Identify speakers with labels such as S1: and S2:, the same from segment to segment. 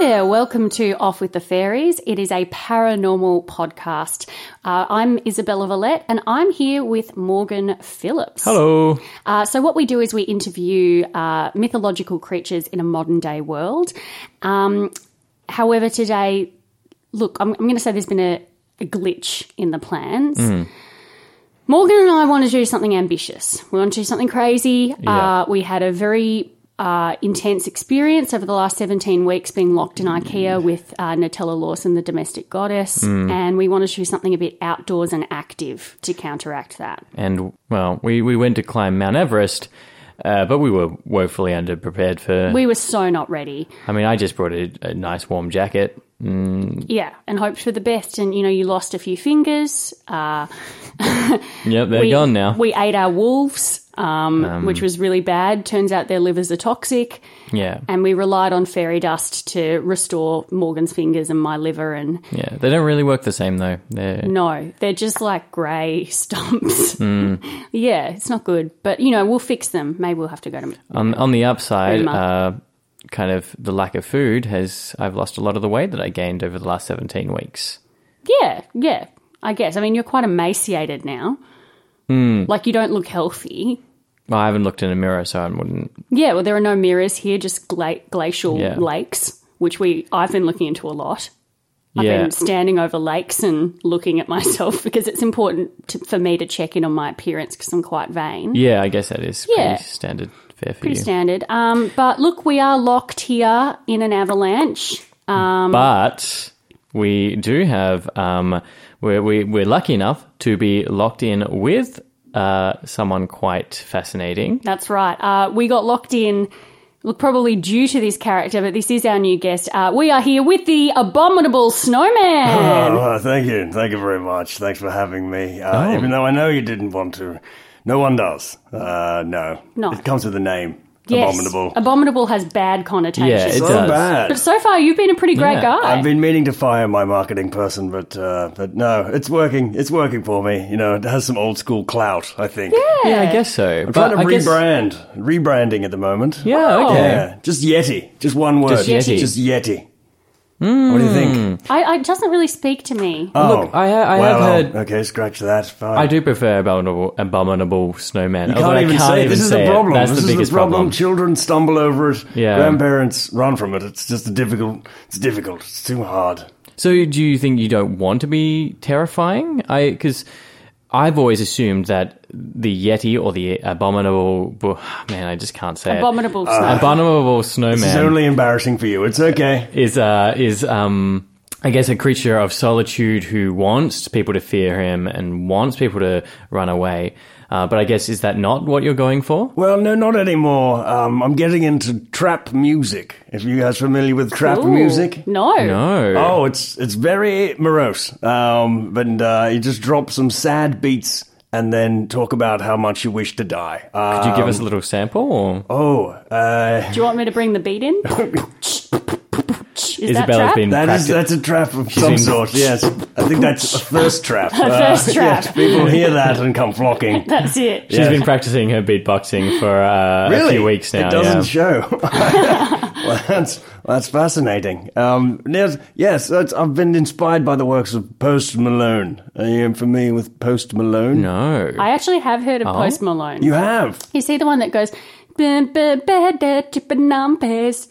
S1: Hey there, welcome to Off with the Fairies. It is a paranormal podcast. Uh, I'm Isabella Valette and I'm here with Morgan Phillips.
S2: Hello.
S1: Uh, so, what we do is we interview uh, mythological creatures in a modern day world. Um, however, today, look, I'm, I'm going to say there's been a, a glitch in the plans. Morgan and I want to do something ambitious. We want to do something crazy. Uh, we had a very uh, intense experience over the last 17 weeks being locked in IKEA with uh, Nutella Lawson, the domestic goddess.
S2: Mm.
S1: And we want to do something a bit outdoors and active to counteract that.
S2: And well, we, we went to climb Mount Everest, uh, but we were woefully underprepared for.
S1: We were so not ready.
S2: I mean, I just brought a, a nice warm jacket.
S1: Yeah, and hoped for the best. And, you know, you lost a few fingers. Uh,
S2: Yep, they're
S1: we-
S2: gone now.
S1: We ate our wolves, um, which was really bad. Turns out their livers are toxic.
S2: yeah,
S1: And we relied on fairy dust to restore Morgan's fingers and my liver. And
S2: yeah, they don't really work the same though. They're,
S1: no, they're just like grey stumps. yeah, it's not good. But, you know, we'll fix them. Maybe we'll have to go to.
S2: on on the upside,
S1: Pretty much.
S2: uh, kind of the lack of food has. I've lost a lot of the weight that I gained over the last seventeen weeks.
S1: Yeah, yeah, I guess. I mean, you're quite emaciated now.
S2: Hmm.
S1: Like, you don't look healthy.
S2: Well, I haven't looked in a mirror, so I wouldn't.
S1: Yeah, well, there are no mirrors here, just gla- glacial
S2: Yeah.
S1: lakes, which we I've been looking into a lot. I've
S2: Yeah,
S1: been standing over lakes and looking at myself because it's important to, for me to check in on my appearance because I'm quite vain.
S2: yeah, I guess that is
S1: Yeah.
S2: pretty standard fare for
S1: Pretty
S2: you.
S1: standard. Um, but look, we are locked here in an avalanche.
S2: but we do have um, we're, we, we're lucky enough to be locked in with uh, someone quite fascinating
S1: That's right. Uh, we got locked in. Look, probably due to this character, but this is our new guest. Uh, we are here with the abominable snowman.
S3: Oh, well, thank you. Thank you very much. Thanks for having me. Uh,
S1: Oh.
S3: Even though I know you didn't want to. No one does. Uh, no.
S1: No.
S3: It comes with the name.
S1: Yes.
S3: Abominable.
S1: Abominable has bad connotations.
S2: yeah it
S3: so
S2: does
S1: But
S3: bad.
S1: so far, you've been a pretty great
S2: Yeah.
S1: guy.
S3: I've been meaning to fire my marketing person, but uh, but no, it's working. It's working for me. You know, it has some old school clout. I think. Yeah.
S2: yeah i guess so
S3: I'm trying to
S2: I guess-
S3: rebrand. Rebranding at the moment.
S1: Oh.
S2: yeah okay
S3: Yeah. Just Yeti. Just one word.
S2: Just Yeti. Hmm.
S3: Just Yeti. What do you think?
S1: I, I it doesn't really speak to me.
S3: Oh,
S2: Look, I ha- I
S3: well,
S2: have heard-
S3: Okay, scratch that. Fine.
S2: I do prefer abominable, abominable snowman.
S3: You can't
S2: although I
S3: even
S2: can't
S3: say it.
S2: even
S3: This is
S2: say
S3: the
S2: it.
S3: problem.
S2: That's
S3: this
S2: the
S3: is
S2: biggest
S3: the problem. Children stumble over it.
S2: Yeah.
S3: Grandparents run from it. It's just a difficult. It's difficult. It's too hard.
S2: So, do you think you don't want to be terrifying? I because I've always assumed that the yeti or the abominable bo- man. I just can't say
S1: Abominable
S3: uh,
S2: it.
S1: snowman.
S2: abominable
S3: It's
S2: snowman.
S3: only embarrassing for you. It's okay.
S2: is uh, is um, I guess a creature of solitude who wants people to fear him and wants people to run away. Uh, but I guess is that not what you're going for?
S3: Well, no, not anymore. Um, I'm getting into trap music. If you guys familiar with trap
S1: Ooh,
S3: music.
S1: No.
S2: No.
S3: Oh, it's it's very morose. Um, but uh, you just drop some sad beats and then talk about how much you wish to die. Uh,
S2: Could you give us a little sample? Or
S3: oh, uh,
S1: Do you want me to bring the beat in? Is that
S2: Isabella's
S1: trap?
S2: been
S3: That is
S2: practicing.
S3: that's a trap of some
S2: in-
S3: sort. Yes, I think that's a thirst trap. Uh, A
S1: thirst trap.
S3: people hear that and come flocking.
S1: That's it.
S2: She's been practicing her beatboxing for uh, a few weeks now.
S3: It doesn't
S2: yeah.
S3: show. well, that's that's fascinating. Um, yes, yes, that's, I've been inspired by the works of Post Malone. Are you familiar with Post Malone?
S2: no. Oh.
S1: I actually have heard of Post Malone.
S3: You have.
S1: Is he the one that goes, That's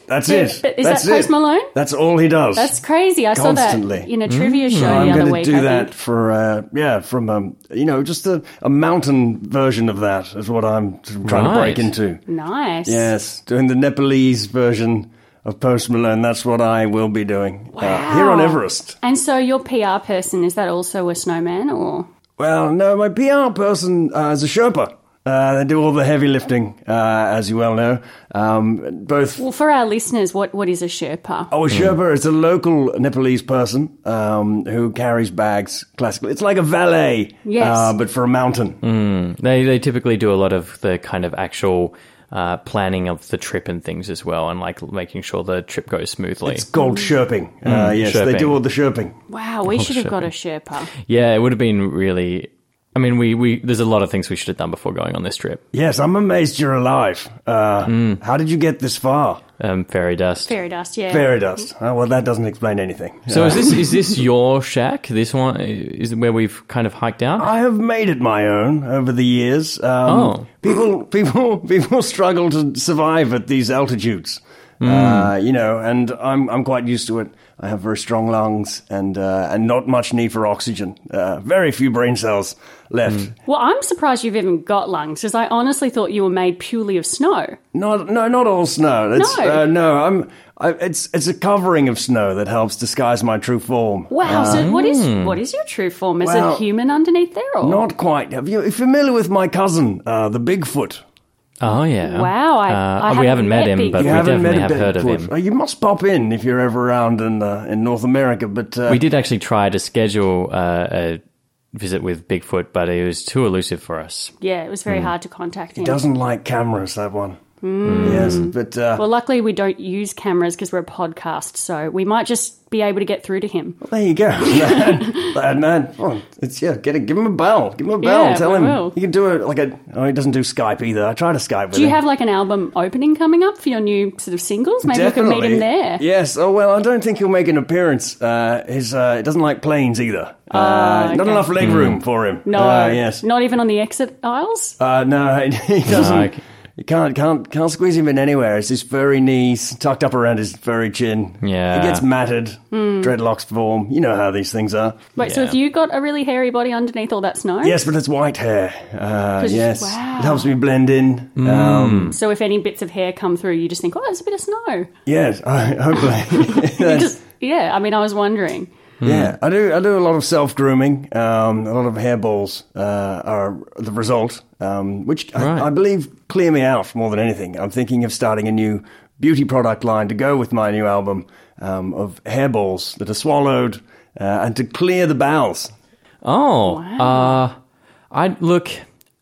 S3: That's it.
S1: Is
S3: That's
S1: that Post
S3: it.
S1: Malone?
S3: That's all he does.
S1: That's crazy. I saw that
S3: Constantly. Mm.
S1: in a trivia show
S3: I'm
S1: the other
S3: gonna
S1: week.
S3: do
S1: I
S3: that
S1: think.
S3: for uh, yeah, from um, you know, just a, a mountain version of that is what I'm trying to break
S2: Right.
S3: into.
S1: Nice.
S3: Yes, doing the Nepalese version of Post Malone. That's what I will be doing uh, here on
S1: Wow.
S3: Everest.
S1: And so your PR person is that also a snowman or?
S3: Well, no, my PR person uh, is a Sherpa. Uh, they do all the heavy lifting, uh, as you well know. Um, both
S1: Well, for our listeners, what what is a Sherpa?
S3: Oh, a Sherpa is a local Nepalese person um, who carries bags classically. It's like a valet,
S1: Yes. Mm.
S3: uh, but for a mountain.
S2: They they typically do a lot of the kind of actual uh, planning of the trip and things as well, and like making sure the trip goes smoothly.
S3: It's called
S1: Mm.
S3: Sherping. uh, yes, they
S2: Sherping.
S3: do all the Sherping.
S1: Wow, we should have got a Sherpa.
S2: yeah, it would have been really. I mean, we, we there's a lot of things we should have done before going on this trip.
S3: Yes, I'm amazed you're alive. Uh,
S1: Mm.
S3: How did you get this far?
S2: Um, fairy dust.
S1: Fairy dust, yeah.
S3: Fairy dust. Oh, well, that doesn't explain anything.
S2: so
S3: Uh,
S2: is this is this your shack? This one is it where we've kind of hiked out.
S1: Um,
S3: I have made it my own over the years. Um,
S2: Oh.
S3: people, people, people struggle to survive at these altitudes, uh, you know. And I'm, I'm quite used to it. I have very strong lungs and uh, and not much need for oxygen. Uh, very few brain cells left.
S1: Well, I'm surprised you've even got lungs because I honestly thought you were made purely of snow.
S3: Not, no, not all snow. It's,
S1: No.
S3: uh, no. I'm. I, it's it's a covering of snow that helps disguise my true form.
S1: Wow. so what is what is your true form? Is
S3: Well,
S1: it human underneath there or?
S3: Not quite. Have you are you familiar with my cousin, uh, the Bigfoot?
S2: Oh yeah. Uh,
S1: Wow, I- I
S2: we
S1: haven't
S2: haven't met
S1: met
S2: him,
S1: Big-
S2: but
S3: You
S2: we
S3: haven't
S2: definitely
S3: met
S2: have
S3: a
S2: heard of
S3: Bigfoot.
S2: him.
S3: Oh, you must pop in if you're ever around in uh, in North America. But uh,
S2: We did actually try to schedule uh, a visit with Bigfoot, but he was too elusive for us.
S1: yeah, it was very hard to contact him.
S3: doesn't like cameras. That one. Yes, but uh,
S1: Hmm. Well, luckily we don't use cameras because we're a podcast, so we might just be able to get through to him.
S3: there you go. that, that, that- well, it's yeah. Get it. Give him a bell. Give him a bell.
S1: Yeah,
S3: Tell
S1: we
S3: him
S1: will.
S3: he can do it. Like a oh, he doesn't do Skype either. I tried to Skype with
S1: Do you
S3: him.
S1: have like an album opening coming up for your new sort of singles? Maybe we could meet him there.
S3: Yes. Oh well, I don't think he'll make an appearance. Uh, his uh, he doesn't like planes either. Uh, Not
S1: Ah, okay. Hmm.
S3: enough leg room for him.
S1: No,
S3: Uh, yes.
S1: not even on the exit aisles.
S3: Uh, no, he doesn't.
S2: I c-
S3: You can't, can't, can't squeeze him in anywhere. It's his furry knees tucked up around his furry chin.
S2: Yeah.
S3: he gets matted, dreadlocks form. You know how these things are.
S1: Wait, so
S2: yeah.
S1: if you got a really hairy body underneath all that snow,
S3: Yes, but it's white hair. Uh,
S1: 'Cause-
S3: yes,
S1: wow.
S3: it helps me blend in. Um,
S1: so if any bits of hair come through, you just think, oh, there's a bit of snow.
S3: yes, I, hopefully.
S1: You just- yeah, I mean, I was wondering.
S2: Hmm.
S3: Yeah, I do. I do a lot of self grooming. Um, a lot of hairballs uh, are the result, um, which I,
S2: Right.
S3: I believe clear me out more than anything. I'm thinking of starting a new beauty product line to go with my new album um, of hairballs that are swallowed uh, and to clear the bowels.
S2: Oh, uh, I look.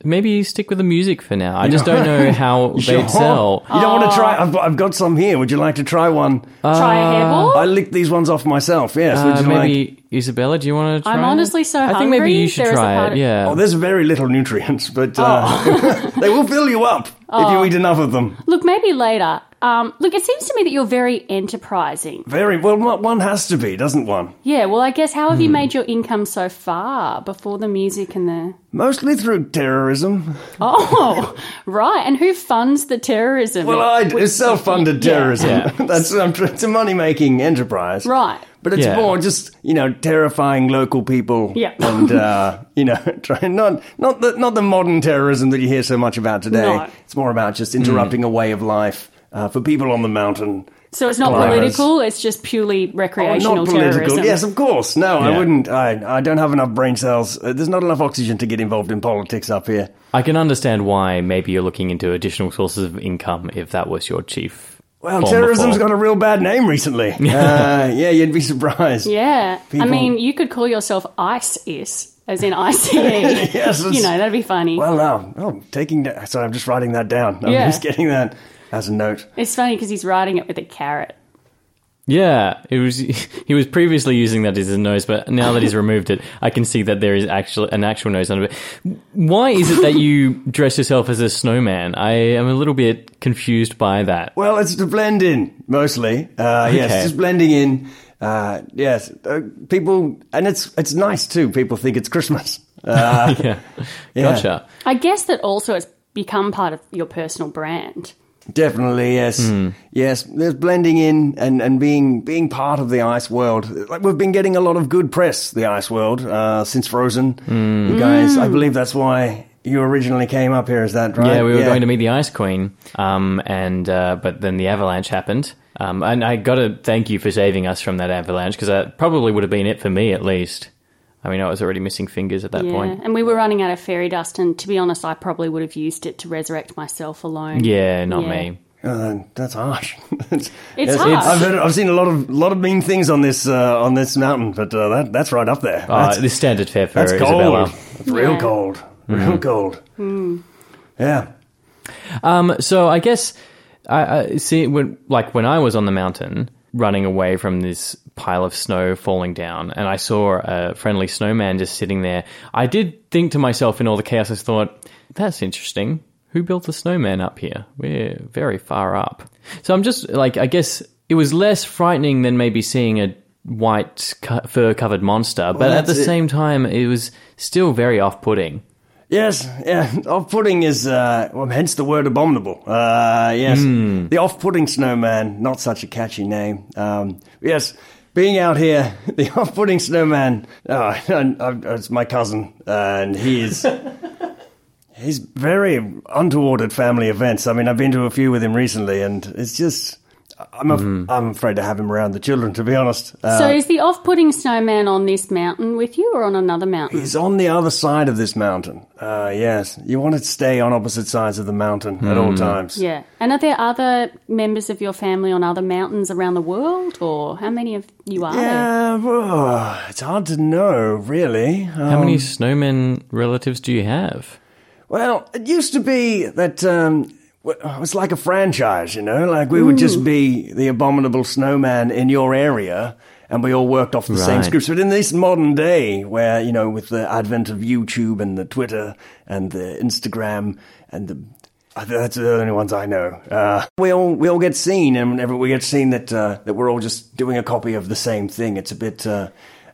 S2: Maybe you stick with the music for now. I just don't know how
S3: Sure.
S2: they'd sell.
S3: You don't want to try? I've, I've got some here. Would you like to try one?
S1: Try a hairball.
S3: Uh, I licked these ones off myself. Yes. would
S2: Uh,
S3: you like?
S2: maybe Isabella, do you want to try?
S1: I'm
S2: it?
S1: honestly so
S2: I think maybe
S1: hungry,
S2: you should
S1: there is a
S2: try
S1: part
S2: it.
S1: of-
S2: Yeah.
S3: Oh, there's very little nutrients, but uh, they will fill you up if you eat enough of them.
S1: Look, maybe later. Um, look, it seems to me that you're very enterprising.
S3: Very well. one- One has to be, doesn't one?
S1: Yeah, well, I guess how have you
S3: Hmm.
S1: made your income so far before the music and the.
S3: Mostly through terrorism.
S1: Oh, right. And who funds the terrorism?
S3: Well, uh, I it's self-funded
S1: yeah.
S3: terrorism. That's I'm tr- it's a money-making enterprise,
S1: Right.
S3: But it's
S2: Yeah.
S3: more just you know terrifying local people,
S1: Yeah.
S3: and uh, you know trying not not the not the modern terrorism that you hear so much about today.
S1: No.
S3: It's more about just
S2: Mm.
S3: interrupting a way of life uh, for people on the mountain.
S1: So it's not
S3: Climbers.
S1: political, it's just purely
S3: Oh,
S1: recreational
S3: not political.
S1: terrorism.
S3: Yes, of course. No, I
S2: Yeah.
S3: wouldn't. I, I don't have enough brain cells. Uh, there's not enough oxygen to get involved in politics up here.
S2: I can understand why maybe you're looking into additional sources of income if that was your chief.
S3: Well,
S2: form
S3: Oh, terrorism's
S2: before.
S3: got a real bad name recently. uh, yeah, you'd be surprised.
S1: Yeah.
S3: People-
S1: I mean, you could call yourself ISIS, as in ICE. yes. You
S3: it's-
S1: know, that'd be funny.
S3: Well, no, oh, taking that. Sorry, I'm just writing that down. I'm
S1: Yeah.
S3: just getting that as a note.
S1: it's funny because he's writing it with a carrot.
S2: Yeah, it was. He was previously using that as his nose, but now that he's removed it, I can see that there is actual an actual nose under it. Why is it that you dress yourself as a snowman? I am a little bit confused by that.
S3: Well, it's to blend in mostly. Uh, Yes,
S2: Okay.
S3: just blending in. Uh, yes, uh, people, and it's it's nice too. People think it's Christmas. Uh,
S2: yeah.
S3: yeah.
S2: Gotcha.
S1: I guess that also it's become part of your personal brand.
S3: Definitely, yes,
S2: Hmm.
S3: yes. There's blending in and, and being being part of the ice world. Like we've been getting a lot of good press, the ice world, uh, since Frozen.
S2: Hmm.
S3: You guys,
S1: Hmm.
S3: I believe that's why you originally came up here. Is that right?
S2: Yeah, we were going to meet the Ice Queen, um, and uh, but then the avalanche happened. Um, and I got to thank you for saving us from that avalanche because that probably would have been it for me at least. I mean, I was already missing fingers at that
S1: Yeah.
S2: point.
S1: And we were running out of fairy dust, and to be honest, I probably would have used it to resurrect myself alone.
S2: Yeah, not
S1: Yeah.
S2: me.
S3: Uh, that's harsh. it's
S1: It's
S3: yes,
S1: harsh.
S3: I've, heard, I've seen a lot of lot of mean things on this uh, on this mountain, but uh, that that's right up there.
S2: Uh,
S3: That's,
S2: the standard fare for
S3: that's
S2: Isabella.
S3: cold. It's real
S1: Yeah. Hmm.
S3: cold.
S2: Hmm.
S3: Real cold. Yeah.
S2: Um, so I guess I, I see when like when I was on the mountain running away from this pile of snow falling down, and I saw a friendly snowman just sitting there. I did think to myself in all the chaos, I thought, "That's interesting. Who built the snowman up here? We're very far up." So I'm just like, I guess it was less frightening than maybe seeing a white cu- fur-covered monster, but at the
S3: that's it.
S2: same time, it was still very off-putting.
S3: Yes, yeah. Off-putting is, uh, well, hence the word abominable. Uh, yes, the off-putting snowman. Not such a catchy name. Um, yes, being out here, the off-putting snowman. Oh, and, uh, it's my cousin, and he is. He's very untoward at family events. I mean, I've been to a few with him recently, and it's just. I'm, af- I'm afraid to have him around the children, to be honest. Uh,
S1: So is the off-putting snowman on this mountain with you, or on another mountain?
S3: He's on the other side of this mountain. Uh, yes, you want to stay on opposite sides of the mountain at all times.
S1: Yeah. And are there other members of your family on other mountains around the world, or how many of you are there?
S3: Yeah, well, it's hard to know, really.
S2: How
S3: Uh,
S2: many snowman relatives do you have?
S3: well, it used to be that um, w- it was like a franchise, you know? Like we would
S2: Mm.
S3: just be the abominable snowman in your area. And we all worked off the same
S2: Right.
S3: scripts. But in this modern day, where, you know, with the advent of YouTube and the Twitter and the Instagram and the. I think That's the only ones I know. Uh, we all we all get seen, and whenever we get seen, that uh, that we're all just doing a copy of the same thing. It's a bit uh,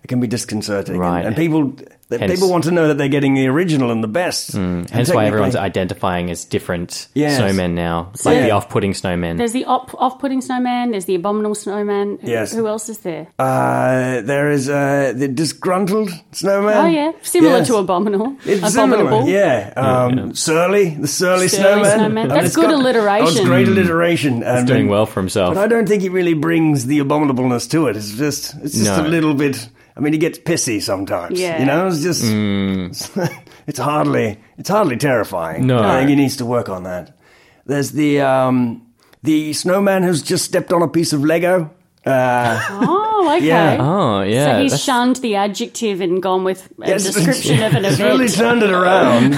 S3: it can be disconcerting, And-
S2: Right.
S3: and people that
S2: Hence- Mm.
S3: people want to know that they're getting the original and the best. And
S2: Hence why everyone's
S3: technically-
S2: identifying as different
S3: Yes.
S2: snowmen now, like
S3: Yeah.
S2: the off-putting snowmen.
S1: There's the op- off-putting snowman. There's the abominable snowman. Who-
S3: Yes.
S1: Who else is there?
S3: uh, there is uh, the disgruntled snowman.
S1: oh yeah, similar
S3: Yes.
S1: to abominal.
S3: It's
S1: abominable.
S3: similar, yeah. Um, Surly, the surly, snowman.
S1: snowman.
S3: I mean,
S1: That's
S3: it's
S1: good
S3: got- Oh, it's
S1: alliteration.
S3: great alliteration. It's
S2: doing well for himself.
S3: But I don't think he really brings the abominableness to it. It's just, it's just
S2: No.
S3: a little bit. I mean, he gets pissy sometimes.
S1: Yeah.
S3: you know, it's just, it's hardly, it's hardly terrifying.
S2: Mm. No.
S3: I think he needs to work on that. There's the um, the snowman who's just stepped on a piece of Lego. Uh,
S1: Oh, okay.
S3: Yeah.
S2: oh yeah,
S1: so he's
S2: that's-
S1: shunned the adjective and gone with a
S3: Yes,
S1: description of an
S3: he's
S1: event.
S3: really turned it around,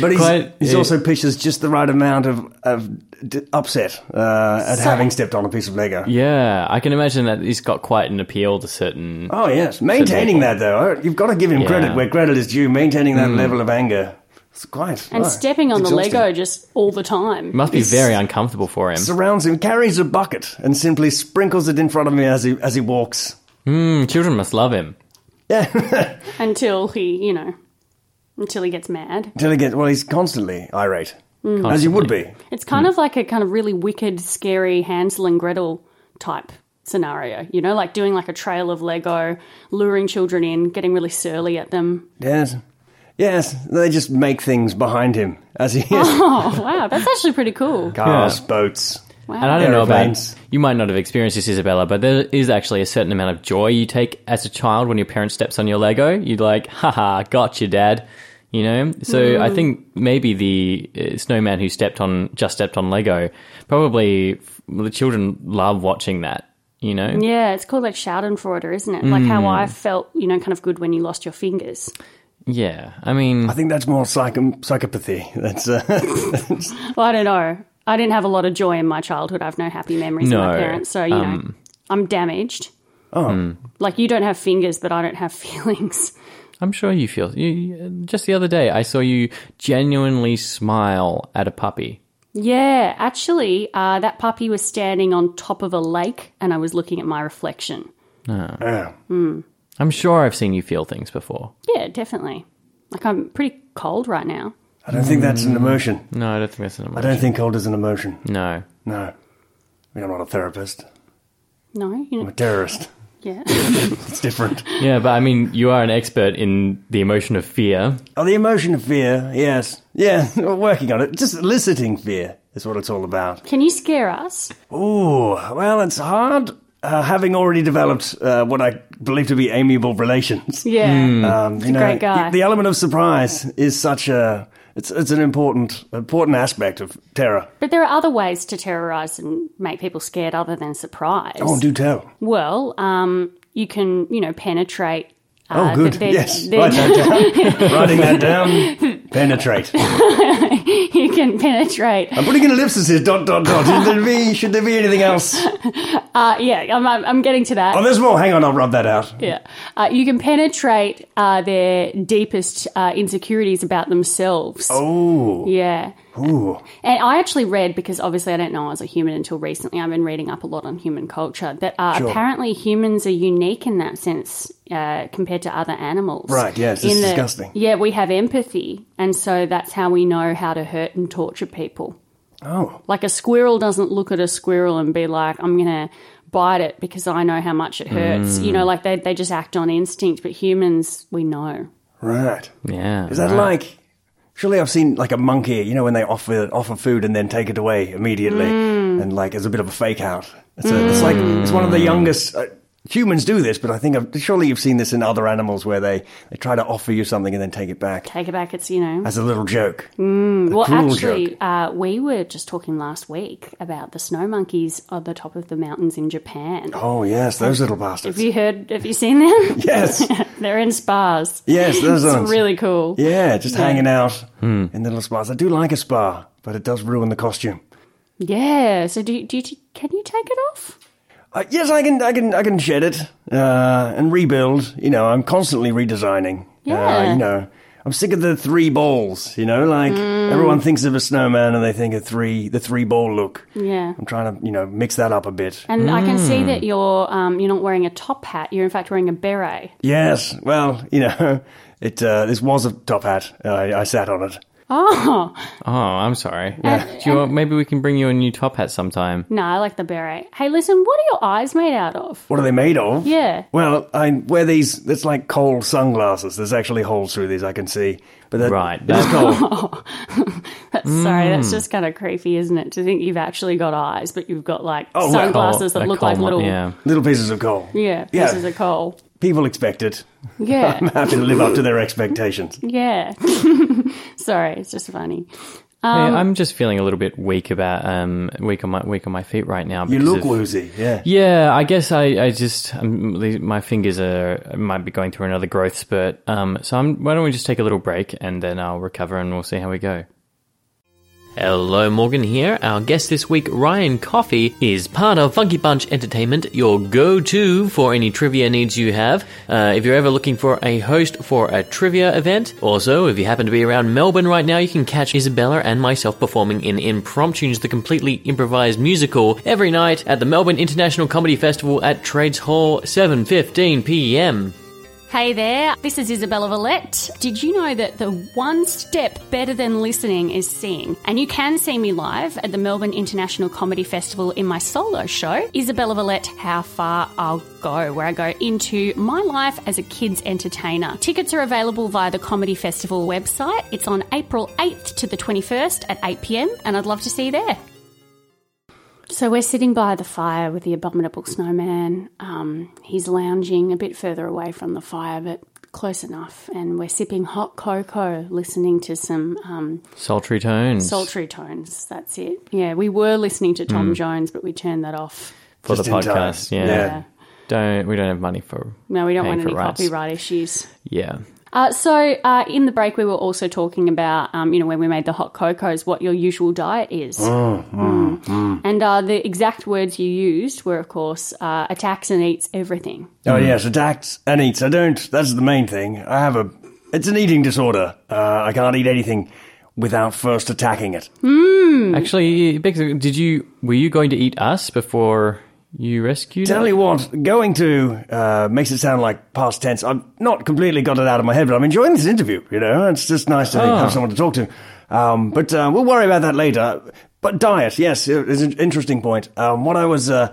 S3: but he's,
S2: Quite-
S3: he's
S2: yeah.
S3: also pictures just the right amount of, of d- upset uh, at having stepped on a piece of Lego.
S2: yeah. I can imagine that he's got quite an appeal to certain.
S3: Oh yes, maintaining that though, uh, you've got to give him
S2: Yeah. Hmm.
S3: credit where credit is due. Maintaining that level of anger, it's quite
S1: and
S3: oh,
S1: stepping on
S3: it's
S1: the
S3: exhausting.
S1: Lego just all the time.
S2: Must be very uncomfortable for him.
S3: surrounds him, carries a bucket, and simply sprinkles it in front of me as he as he walks.
S2: Mm, Children must love him.
S3: Yeah,
S1: until he, you know, until he gets mad.
S3: until he gets well, he's constantly irate,
S1: Hmm.
S3: as you would be.
S1: It's kind of like a kind of really wicked, scary Hansel and Gretel type scenario, you know, like doing like a trail of Lego, luring children in, getting really surly at them.
S3: Yes, yes, they just make things behind him as he
S1: Oh, wow, that's actually pretty cool.
S3: cars, boats.
S2: And I don't know
S3: Aeroplanes.
S2: about you might not have experienced this, Isabella, but there is actually a certain amount of joy you take as a child when your parent steps on your Lego. You're like, haha, got you, dad. You know, so I think maybe the uh, snowman who stepped on just stepped on Lego probably f- the children love watching that. You know,
S1: Yeah, it's called like Schadenfreude, isn't it? Like how I felt, you know, kind of good when you lost your fingers.
S2: yeah. I mean,
S3: I think that's more psychom psychopathy. That's uh,
S1: Well, I don't know. I didn't have a lot of joy in my childhood. I have no happy memories of my
S2: No,
S1: parents, so you know, I'm damaged. Oh, like you don't have fingers, but I don't have feelings.
S2: I'm sure you feel. You, you- just the other day, I saw you genuinely smile at a puppy.
S1: Yeah, actually, uh, that puppy was standing on top of a lake, and I was looking at my reflection.
S3: yeah.
S2: I'm sure I've seen you feel things before.
S1: Yeah, definitely. Like I'm pretty cold right now.
S3: I don't think that's an emotion.
S2: No, I don't think that's an
S3: I
S2: emotion.
S3: don't think cold is an emotion.
S2: No.
S3: No. I mean, I'm not a therapist.
S1: No, you
S3: I'm a terrorist.
S1: yeah.
S3: It's different.
S2: Yeah, but I mean, you are an expert in the emotion of fear.
S3: Oh, the emotion of fear. Yes. Yeah, we're working on it. Just eliciting fear is what it's all about.
S1: Can you scare us?
S3: Ooh, well, it's hard. Uh, having already developed uh, what I believe to be amiable relations.
S1: Yeah. Uh,
S3: Um, you know,
S1: great guy.
S3: The, the element of surprise is such a it's it's an important important aspect of terror.
S1: But there are other ways to terrorize and make people scared other than surprise.
S3: Oh, do tell.
S1: Well, um, you can, you know, penetrate.
S2: Uh,
S3: Oh, good.
S1: they're-
S3: yes,
S1: they're-
S3: right. that down. Writing that down. Penetrate.
S1: you can penetrate.
S3: I'm putting in ellipses here. Dot dot dot. Should there be should there be anything else?
S1: Uh, yeah, I'm, I'm, I'm getting to that.
S3: Oh, there's more. Hang on, I'll rub that out.
S1: yeah. Uh, you can penetrate uh, their deepest uh, insecurities about themselves.
S3: Ooh,
S1: Yeah.
S3: Oh. ooh.
S1: And I actually read, because obviously I don't know I was a human until recently, I've been reading up a lot on human culture, that uh, apparently humans are unique in that sense uh, compared to other animals.
S3: Right, yes, it's
S1: In that-
S3: disgusting.
S1: Yeah, we have empathy, and so that's how we know how to hurt and torture people.
S3: Oh,
S1: Like a squirrel doesn't look at a squirrel and be like, I'm going to bite it because I know how much it hurts. You
S3: Mm.
S1: know, like they, they just act on instinct, but humans, we know.
S3: right.
S2: Yeah.
S3: Is that
S2: right.
S3: like? Surely I've seen like a monkey, you know, when they offer offer food and then take it away immediately,
S2: Mm.
S3: and like as a bit of a fake out. It's, a, it's like it's one of the youngest. Uh, humans do this, but I think I've, surely you've seen this in other animals where they they try to offer you something and then take it back
S1: Take it back, it's, you know.
S3: as a little joke.
S2: Mm.
S1: Well,
S3: cruel
S1: actually, uh, we were just talking last week about the snow monkeys on the top of the mountains in Japan.
S3: Oh yes, those little bastards.
S1: Have you heard? Have you seen them?
S3: yes,
S1: They're in spas.
S3: yes, those
S1: It's
S3: ones.
S1: really cool.
S3: yeah, just hanging out in little spas. I do like a spa, but it does ruin the costume.
S1: Yeah. So do you, do you, can you take it off?
S3: Uh, yes, I can, I can, I can shed it uh, and rebuild. You know, I'm constantly redesigning. Uh,
S1: Yeah.
S3: you know, I'm sick of the three balls. You know, like
S1: Mm.
S3: everyone thinks of a snowman and they think of three, the three ball look.
S1: Yeah.
S3: I'm trying to, you know, mix that up a bit.
S1: And I can
S3: Mm.
S1: see that you're um, you're not wearing a top hat. You're in fact wearing a beret.
S3: Yes, well, you know, it. Uh, this was a top hat. I, I sat on it.
S1: Oh
S2: Oh, I'm sorry. Do you want, maybe we can bring you a new top hat sometime.
S1: no, I like the beret. Hey, listen, what are your eyes made out of?
S3: What are they made of?
S1: Yeah.
S3: Well, I wear these. It's like cold sunglasses. There's actually holes through these. I can see. But they're-
S2: Right.
S3: It is cold.
S1: That's, Sorry, that's just kind of creepy, isn't it? To think you've actually got eyes, but you've got like
S3: Oh, well,
S1: sunglasses
S2: Oh,
S1: that
S2: a
S1: look like
S2: coal-
S1: little
S2: Yeah.
S3: Little pieces of coal.
S1: Yeah,
S3: Yeah.
S1: pieces of coal.
S3: People expect it.
S1: Yeah,
S3: happy to live up to their expectations.
S1: yeah. Sorry, it's just funny. um,
S2: Hey, I'm just feeling a little bit weak about um weak on my weak on my feet right now.
S3: You
S2: because
S3: look
S2: of-
S3: woozy, yeah.
S2: Yeah, I guess I, I just um, the- my fingers are might be going through another growth spurt. Um, so I'm, why don't we just take a little break and then I'll recover and we'll see how we go. Hello, Morgan here. Our guest this week, Ryan Coffey, is part of Funky Bunch Entertainment, your go to for any trivia needs you have. Uh, if you're ever looking for a host for a trivia event, also, if you happen to be around Melbourne right now, you can catch Isabella and myself performing in Impromptu's the completely improvised musical every night at the Melbourne International Comedy Festival at Trades Hall, 7.15 pm.
S1: Hey there, this is Isabella Valette. Did you know that the one step better than listening is seeing? And you can see me live at the Melbourne International Comedy Festival in my solo show, Isabella Valette How Far I'll Go, where I go into my life as a kids entertainer. Tickets are available via the Comedy Festival website. It's on April 8th to the 21st at 8 pm, and I'd love to see you there. So we're sitting by the fire with the abominable snowman. Um, he's lounging a bit further away from the fire, but close enough. And we're sipping hot cocoa, listening to some um,
S2: Sultry tones.
S1: sultry tones. That's it. Yeah, we were listening to
S2: Hmm.
S1: Tom Jones, but we turned that off. Uh,
S2: for the
S3: Just in time.
S2: podcast. Yeah.
S3: Yeah.
S2: Don't we don't have money for
S1: No, we don't
S2: Paying
S1: want any
S2: for rights.
S1: copyright issues.
S2: yeah.
S1: Uh, so uh, in the break, we were also talking about, um, you know, when we made the hot cocos, what your usual diet is.
S2: Oh, hmm,
S1: Mm. And uh, the exact words you used were, of course, uh, attacks and eats everything.
S3: Oh
S2: Hmm.
S3: yes, attacks and eats. I don't. That's the main thing. I have a. It's an eating disorder. Uh, I can't eat anything without first attacking it.
S2: Actually, Bex, did you were you going to eat us before you rescued
S3: Tell
S2: it?
S3: you what, going to uh, makes it sound like past tense. I've not completely got it out of my head, but I'm enjoying this interview. You know, it's just nice to
S2: Oh.
S3: have someone to talk to. Um, but uh, we'll worry about that later. But diet, yes, it's an interesting point. Um, what I was, uh,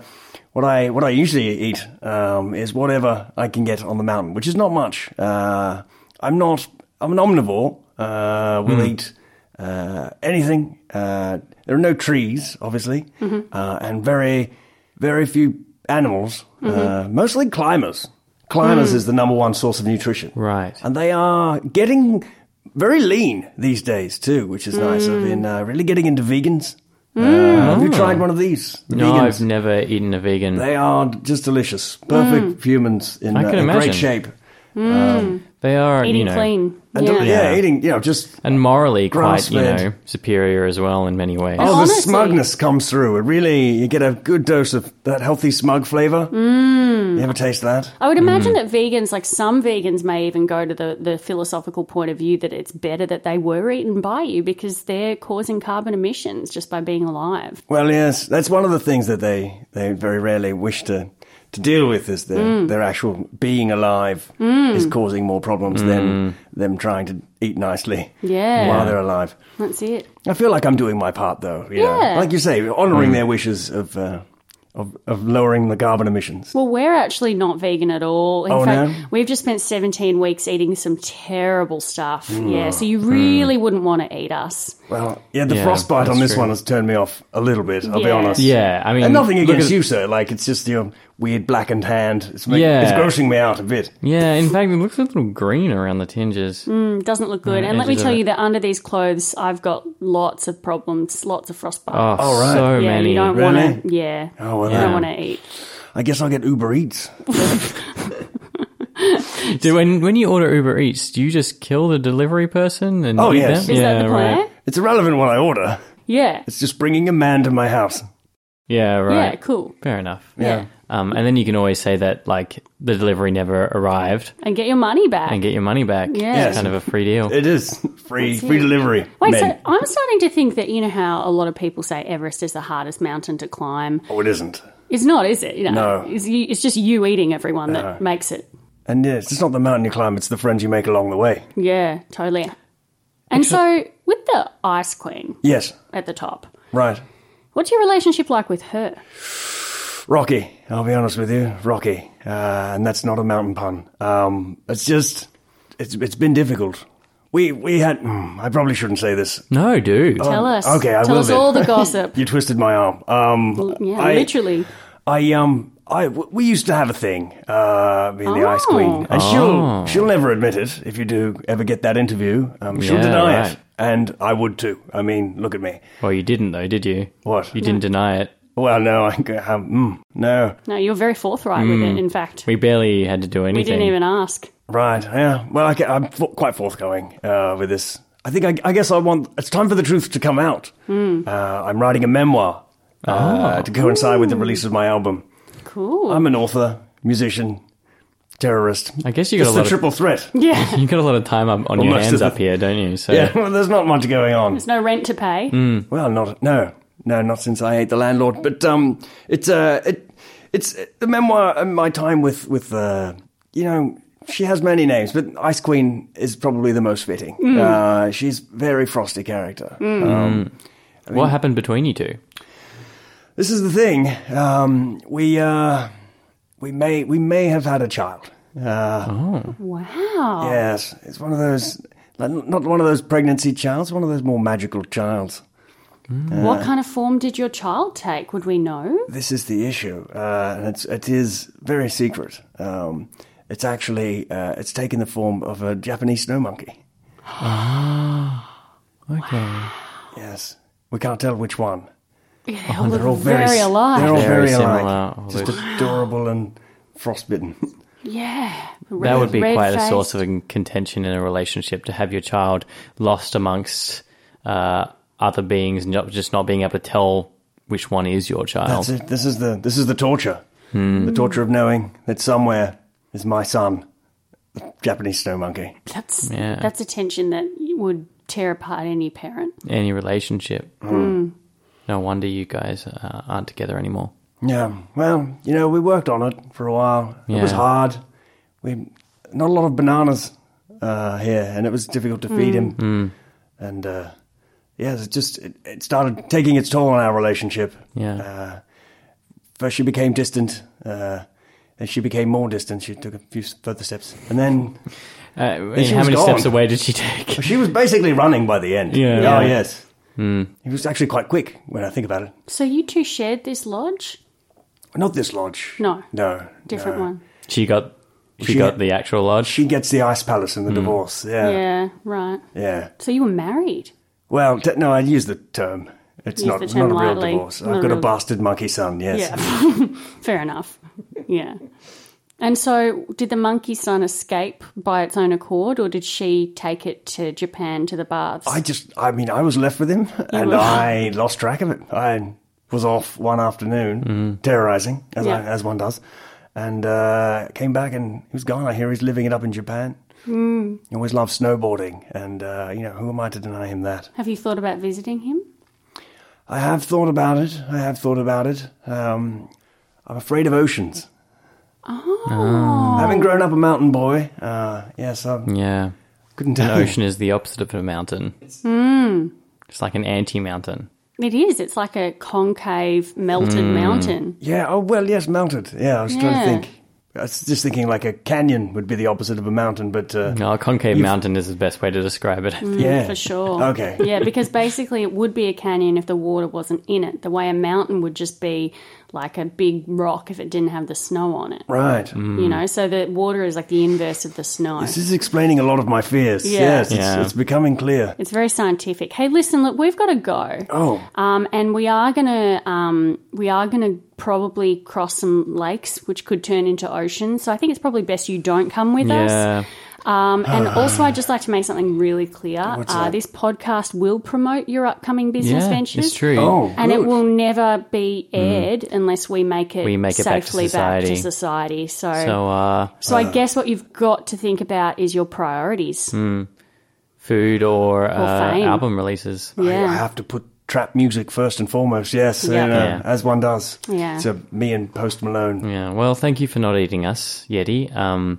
S3: what I, what I usually eat um, is whatever I can get on the mountain, which is not much. Uh, I'm not, I'm an omnivore. Uh, will eat uh, anything. Uh, there are no trees, obviously,
S2: Mm-hmm.
S3: uh, and very, very few animals.
S2: Mm-hmm.
S3: Uh, mostly climbers. Climbers is the number one source of nutrition,
S2: Mm. Right.
S3: And they are getting very lean these days too, which is nice. I've
S2: Mm.
S3: been uh, really getting into vegans. Uh, have you tried one of these? The
S2: Ah. No,
S3: vegans.
S2: I've never eaten a vegan.
S3: They are just delicious. Perfect humans in,
S2: Mm. I
S3: uh,
S2: can
S3: in
S2: imagine.
S3: great shape.
S2: They are
S1: Eating
S2: you know,
S1: clean.
S3: And
S1: yeah.
S3: yeah. eating, you know, just
S2: and morally quite you
S3: Grass-fed.
S2: know superior as well in many ways.
S3: Oh,
S1: Honestly.
S3: the smugness comes through. It really, you get a good dose of that healthy smug flavor. Mm. You ever taste that?
S1: I would
S2: Mm.
S1: imagine that vegans, like some vegans, may even go to the, the philosophical point of view that it's better that they were eaten by you because they're causing carbon emissions just by being alive.
S3: Well, yes, that's one of the things that they, they very rarely wish to, to deal with is their,
S1: Mm.
S3: their actual being alive is causing more problems
S2: Mm.
S3: than them trying to eat nicely
S1: Yeah.
S3: while they're alive.
S1: That's it.
S3: I feel like I'm doing my part, though. You know?
S1: Yeah.
S3: Like you say,
S2: Mm.
S3: honoring their wishes of, uh, of, of lowering the carbon emissions.
S1: Well, we're actually not vegan at all. In
S3: Oh,
S1: fact,
S3: no?
S1: we've just spent 17 weeks eating some terrible stuff.
S2: Mm.
S1: Yeah, so
S2: Hmm.
S1: you really wouldn't want to eat us.
S3: Well, yeah, the
S2: Yeah,
S3: frostbite on
S2: that's
S3: this
S2: true.
S3: one has turned me off a little bit, I'll be
S1: Yeah.
S3: honest.
S2: yeah, I mean,
S3: And nothing
S2: look
S3: against
S2: at-
S3: you, sir. Like, it's just your weird blackened hand. It's, make,
S2: Yeah.
S3: it's grossing me out a bit.
S2: Yeah, in fact, it looks a little green around the tinges.
S1: It doesn't look good. and let me
S2: edges of
S1: tell you
S2: Mm, it.
S1: that under these clothes, I've got lots of problems, lots of frostbite.
S2: Oh,
S3: All right.
S2: so
S1: yeah,
S2: many.
S1: you don't
S3: Really?
S1: want to. Yeah.
S3: Oh, well,
S1: you don't
S3: then.
S1: want to eat.
S3: I guess I'll get Uber Eats.
S2: Do when when you order Uber Eats, do you just kill the delivery person and
S3: Oh,
S2: eat
S3: yes.
S2: them?
S1: Is
S2: yeah,
S1: that the plan?
S2: right.
S3: It's irrelevant what I order.
S1: Yeah.
S3: It's just bringing a man to my house.
S2: Yeah, right.
S1: Yeah, cool.
S2: Fair enough.
S1: Yeah.
S2: Um, and then you can always say that like the delivery never arrived
S1: And get your money back.
S2: and get your money back.
S1: Yeah.
S2: It's kind of a free deal.
S3: It is free free delivery.
S1: Wait,
S3: men.
S1: so I'm starting to think that you know how a lot of people say Everest is the hardest mountain to climb.
S3: Oh, it isn't.
S1: It's not, is it? You know,
S3: No. Uh-huh.
S1: it's, you, it's just you eating everyone that makes it.
S3: And yeah, it's just not the mountain you climb, it's the friends you make along the way.
S1: Yeah, totally. And so with the Ice Queen
S3: Yes,
S1: at the top,
S3: right.
S1: what's your relationship like with her?
S3: Rocky, I'll be honest with you, Rocky. Uh, and that's not a mountain pun. Um, it's just, it's, it's been difficult. We, we had, mm, I probably shouldn't say this.
S2: no, dude.
S1: Tell us.
S3: Um, okay, I
S1: Tell
S3: will
S1: us
S3: then.
S1: all the gossip.
S3: You twisted my arm. Um,
S1: yeah,
S3: I-
S1: literally.
S3: I um I w- we used to have a thing, uh, me and the Ice
S1: Oh.
S3: Queen, and
S2: Oh.
S3: she'll she'll never admit it. If you do ever get that interview, um, she'll
S2: Yeah,
S3: deny
S2: right.
S3: it, and I would too. I mean, look at me.
S2: Well, you didn't though, did you?
S3: What?
S2: You didn't deny it.
S3: Well, no, I g- um, mm, no,
S1: No, you're very forthright with
S3: Mm.
S1: it. In fact, we,
S2: We barely had to do anything.
S1: didn't even ask.
S3: right, yeah. Well, I, am f- quite forthgoing uh, with this. I think I, I guess I want. It's time for the truth to come out. Uh, I'm writing a memoir uh,
S2: Ah.
S3: to coincide with the release of my album.
S1: Cool.
S3: I'm an author, musician, terrorist.
S2: I guess you got
S3: It's
S2: a
S3: the
S2: lot of
S3: triple threat.
S1: yeah,
S2: you got a lot of time up on your
S3: most of
S2: hands
S3: the-
S2: up here, don't you? So
S3: Yeah, well, there's not much going on.
S1: there's no rent to pay.
S3: Well, not no, no, not since I ate the landlord. But um, it's uh, it, it's uh, the memoir and my time with with uh, you know, she has many names, but Ice Queen is probably the most fitting. Uh, she's very frosty character. Um,
S2: what happened between you two?
S3: this is the thing. Um, we uh, we may we may have had a child. Uh,
S1: Wow.
S3: Yes, it's one of those. like, Not one of those pregnancy childs, one of those more magical childs.
S1: What kind of form did your child take? Would we know?
S3: This is the issue, uh, and it's it is very secret. Um, it's actually uh, it's taken the form of a Japanese snow monkey.
S2: Okay.
S3: Yes, we can't tell which one.
S1: They all look
S3: Oh, They're all very,
S1: very,
S3: s-
S1: alive.
S3: They're all
S2: Very
S3: very,
S2: similar, Oh.
S3: alike.
S2: all
S3: Just
S2: those-
S3: adorable and frostbitten.
S1: yeah.
S2: That would be
S1: Red-
S2: quite a
S1: red-faced.
S2: source of in- contention in a relationship to have your child lost amongst uh, other beings and not, just not being able to tell which one is your child.
S3: That's it. This is the this is the torture.
S2: Hmm.
S3: The torture of knowing that somewhere is my son, the Japanese snow monkey.
S1: That's
S2: Yeah.
S1: that's a tension that would tear apart any parent. Hmm.
S2: Any relationship. No wonder you guys uh, aren't together anymore.
S3: Yeah. Well, you know, we worked on it for a while. It was
S2: Yeah.
S3: hard. We not a lot of bananas uh, here, and it was difficult to feed
S2: Mm.
S3: him. And uh, yeah, it just it, it started taking its toll on our relationship.
S2: Yeah.
S3: Uh, first, she became distant. Uh, then she became more distant. She took a few s- further steps, and then
S2: Uh, how
S3: she was
S2: many steps
S3: gone.
S2: away did she take?
S3: she was basically running by the end.
S2: Yeah.
S3: Oh
S2: Yeah. Mm.
S3: yes. He was actually quite quick when I think about it.
S1: So you two shared this lodge?
S3: Not this lodge.
S1: No.
S3: No.
S1: Different
S3: no.
S1: one.
S2: She got she,
S3: She-
S2: got the actual lodge.
S3: She gets the ice palace in the
S2: Mm.
S3: divorce. Yeah.
S1: Yeah,
S3: Yeah.
S1: right. So you were married.
S3: Well, t- no, I use the term. It's
S1: Use
S3: not,
S1: the term
S3: not a real
S1: lightly.
S3: divorce.
S1: Not
S3: I've
S1: a
S3: got a
S1: real-
S3: bastard monkey son, yes.
S1: Yeah. Fair enough. Yeah. And so did the monkey son escape by its own accord or did she take it to Japan to the baths?
S3: I just, I mean, I was left with him and
S1: were.
S3: I lost track of it. I was off one afternoon terrorizing, as, I,
S1: Yeah.
S3: as one does, and uh, came back and he was gone. I hear he's living it up in Japan.
S1: Hmm.
S3: He always loved snowboarding, and, uh, you know, who am I to deny him that?
S1: Have you thought about visiting him?
S3: I have thought about it. I have thought about it. Um, I'm afraid of oceans. Oh. Having grown up a mountain boy, uh, yes, I
S2: yeah.
S3: couldn't
S2: An
S3: tell you.
S2: ocean is the opposite of a mountain. It's,
S1: Hmm.
S2: it's like an anti mountain.
S1: It is. It's like a concave melted
S2: Hmm.
S1: mountain.
S3: Yeah, oh, well, yes, mounted. Yeah, I was trying to
S1: Yeah.
S3: think. I was just thinking like a canyon would be the opposite of a mountain, but uh,
S2: No, a concave mountain is the best way to describe it. I think.
S3: yeah.
S1: Mm, For sure.
S3: Okay.
S1: Yeah, because basically it would be a canyon if the water wasn't in it. The way a mountain would just be like a big rock if it didn't have the snow on it.
S3: Right.
S1: You know, so the water is like the inverse of the snow.
S3: Hmm. This is explaining a lot of my fears.
S1: Yeah.
S3: Yes, it's,
S2: Yeah.
S3: it's becoming clear.
S1: It's very scientific. Hey, listen, look, we've got to go.
S3: Oh,
S1: Um, and we are gonna um, we are gonna probably cross some lakes, which could turn into oceans. So I think it's probably best you don't come with us.
S2: Yeah.
S1: Um, and also, I'd just like to make something really clear. Uh,
S3: that?
S1: this podcast will promote your upcoming business
S2: Yeah,
S1: ventures.
S2: it's true.
S3: oh,
S1: And it
S3: good.
S1: will never be aired unless we make it
S2: Mm. We make it back to
S1: safely back to society.
S2: society.
S1: So, so,
S2: So, uh, Mm.
S1: I guess what you've got to think about is your priorities.
S2: food or, uh,
S1: fame.
S2: album releases.
S3: I-
S1: Yeah.
S3: I have to put trap music first and foremost. Yes,
S1: Yeah.
S3: you know,
S2: Yeah.
S3: as one does.
S1: Yeah.
S3: So me and Post Malone.
S2: Yeah. Well, thank you for not eating us, Yeti. Um,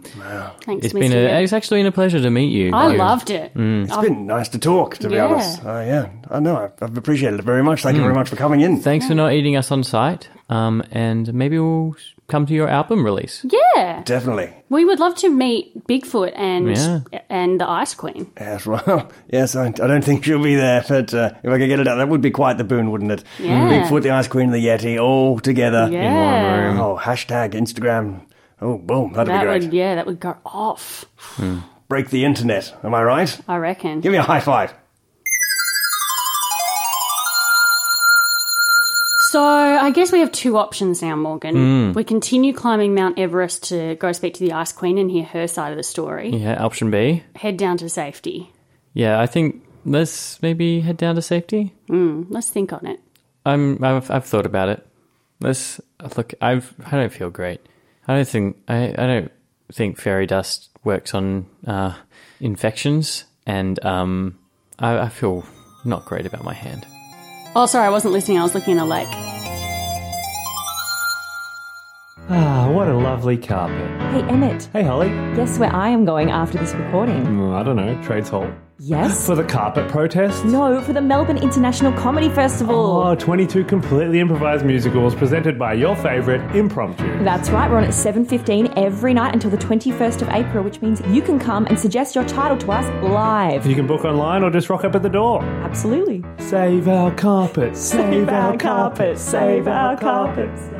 S1: Thanks,
S2: it's
S1: Mr.
S2: been a, Mm. it's actually been a pleasure to meet you.
S1: I
S2: You-
S1: loved it.
S3: It's been nice to talk, to be
S1: Yeah. Mm.
S3: honest. Uh, yeah, I know. I've, I've appreciated it very much. Thank you very much for coming in.
S2: Thanks for not eating us on site. Um, and maybe we'll come to your album release.
S1: Yeah.
S3: Definitely.
S1: We would love to meet Bigfoot and
S2: Yeah.
S1: and the Ice Queen.
S3: Yes, well, yes, I, I don't think she'll be there, but uh, if I could get it out, that would be quite the boon, wouldn't it?
S1: Yeah.
S3: Bigfoot, the Ice Queen, and the Yeti all together.
S1: Yeah. room.
S3: Oh, hashtag Instagram. Oh, boom, that'd be
S1: That
S3: great.
S1: would yeah, that would go off.
S3: Break the internet, am I right?
S1: I reckon.
S3: Give me a high five.
S1: So I guess we have two options now,
S2: Mm.
S1: Morgan. We continue climbing Mount Everest to go speak to the Ice Queen and hear her side of the story.
S2: Yeah. Option B.
S1: Head down to safety.
S2: Yeah. I think let's maybe head down to safety.
S1: Let's think on it.
S2: I'm. I've, I've thought about it. Let's look. I've. I don't feel great. I don't think. I. I don't think fairy dust works on uh, infections, and um, I, I feel not great about my hand.
S1: Oh, sorry, I wasn't listening. I was looking at a lake.
S4: Ah, what a lovely carpet.
S5: Hey, Emmett,
S4: Hey, Holly.
S5: guess where I am going after this recording?
S4: Mm, I don't know, Trades Hall.
S5: Yes?
S4: For the carpet protest?
S5: No, for the Melbourne International Comedy Festival.
S4: Oh, 22 completely improvised musicals presented by your favourite, Impromptu.
S5: That's right, we're on at 7.15 every night until the 21st of April, which means you can come and suggest your title to us live.
S4: You can book online or just rock up at the door.
S5: Absolutely.
S4: Save our carpet, save,
S5: carpet, save our carpet.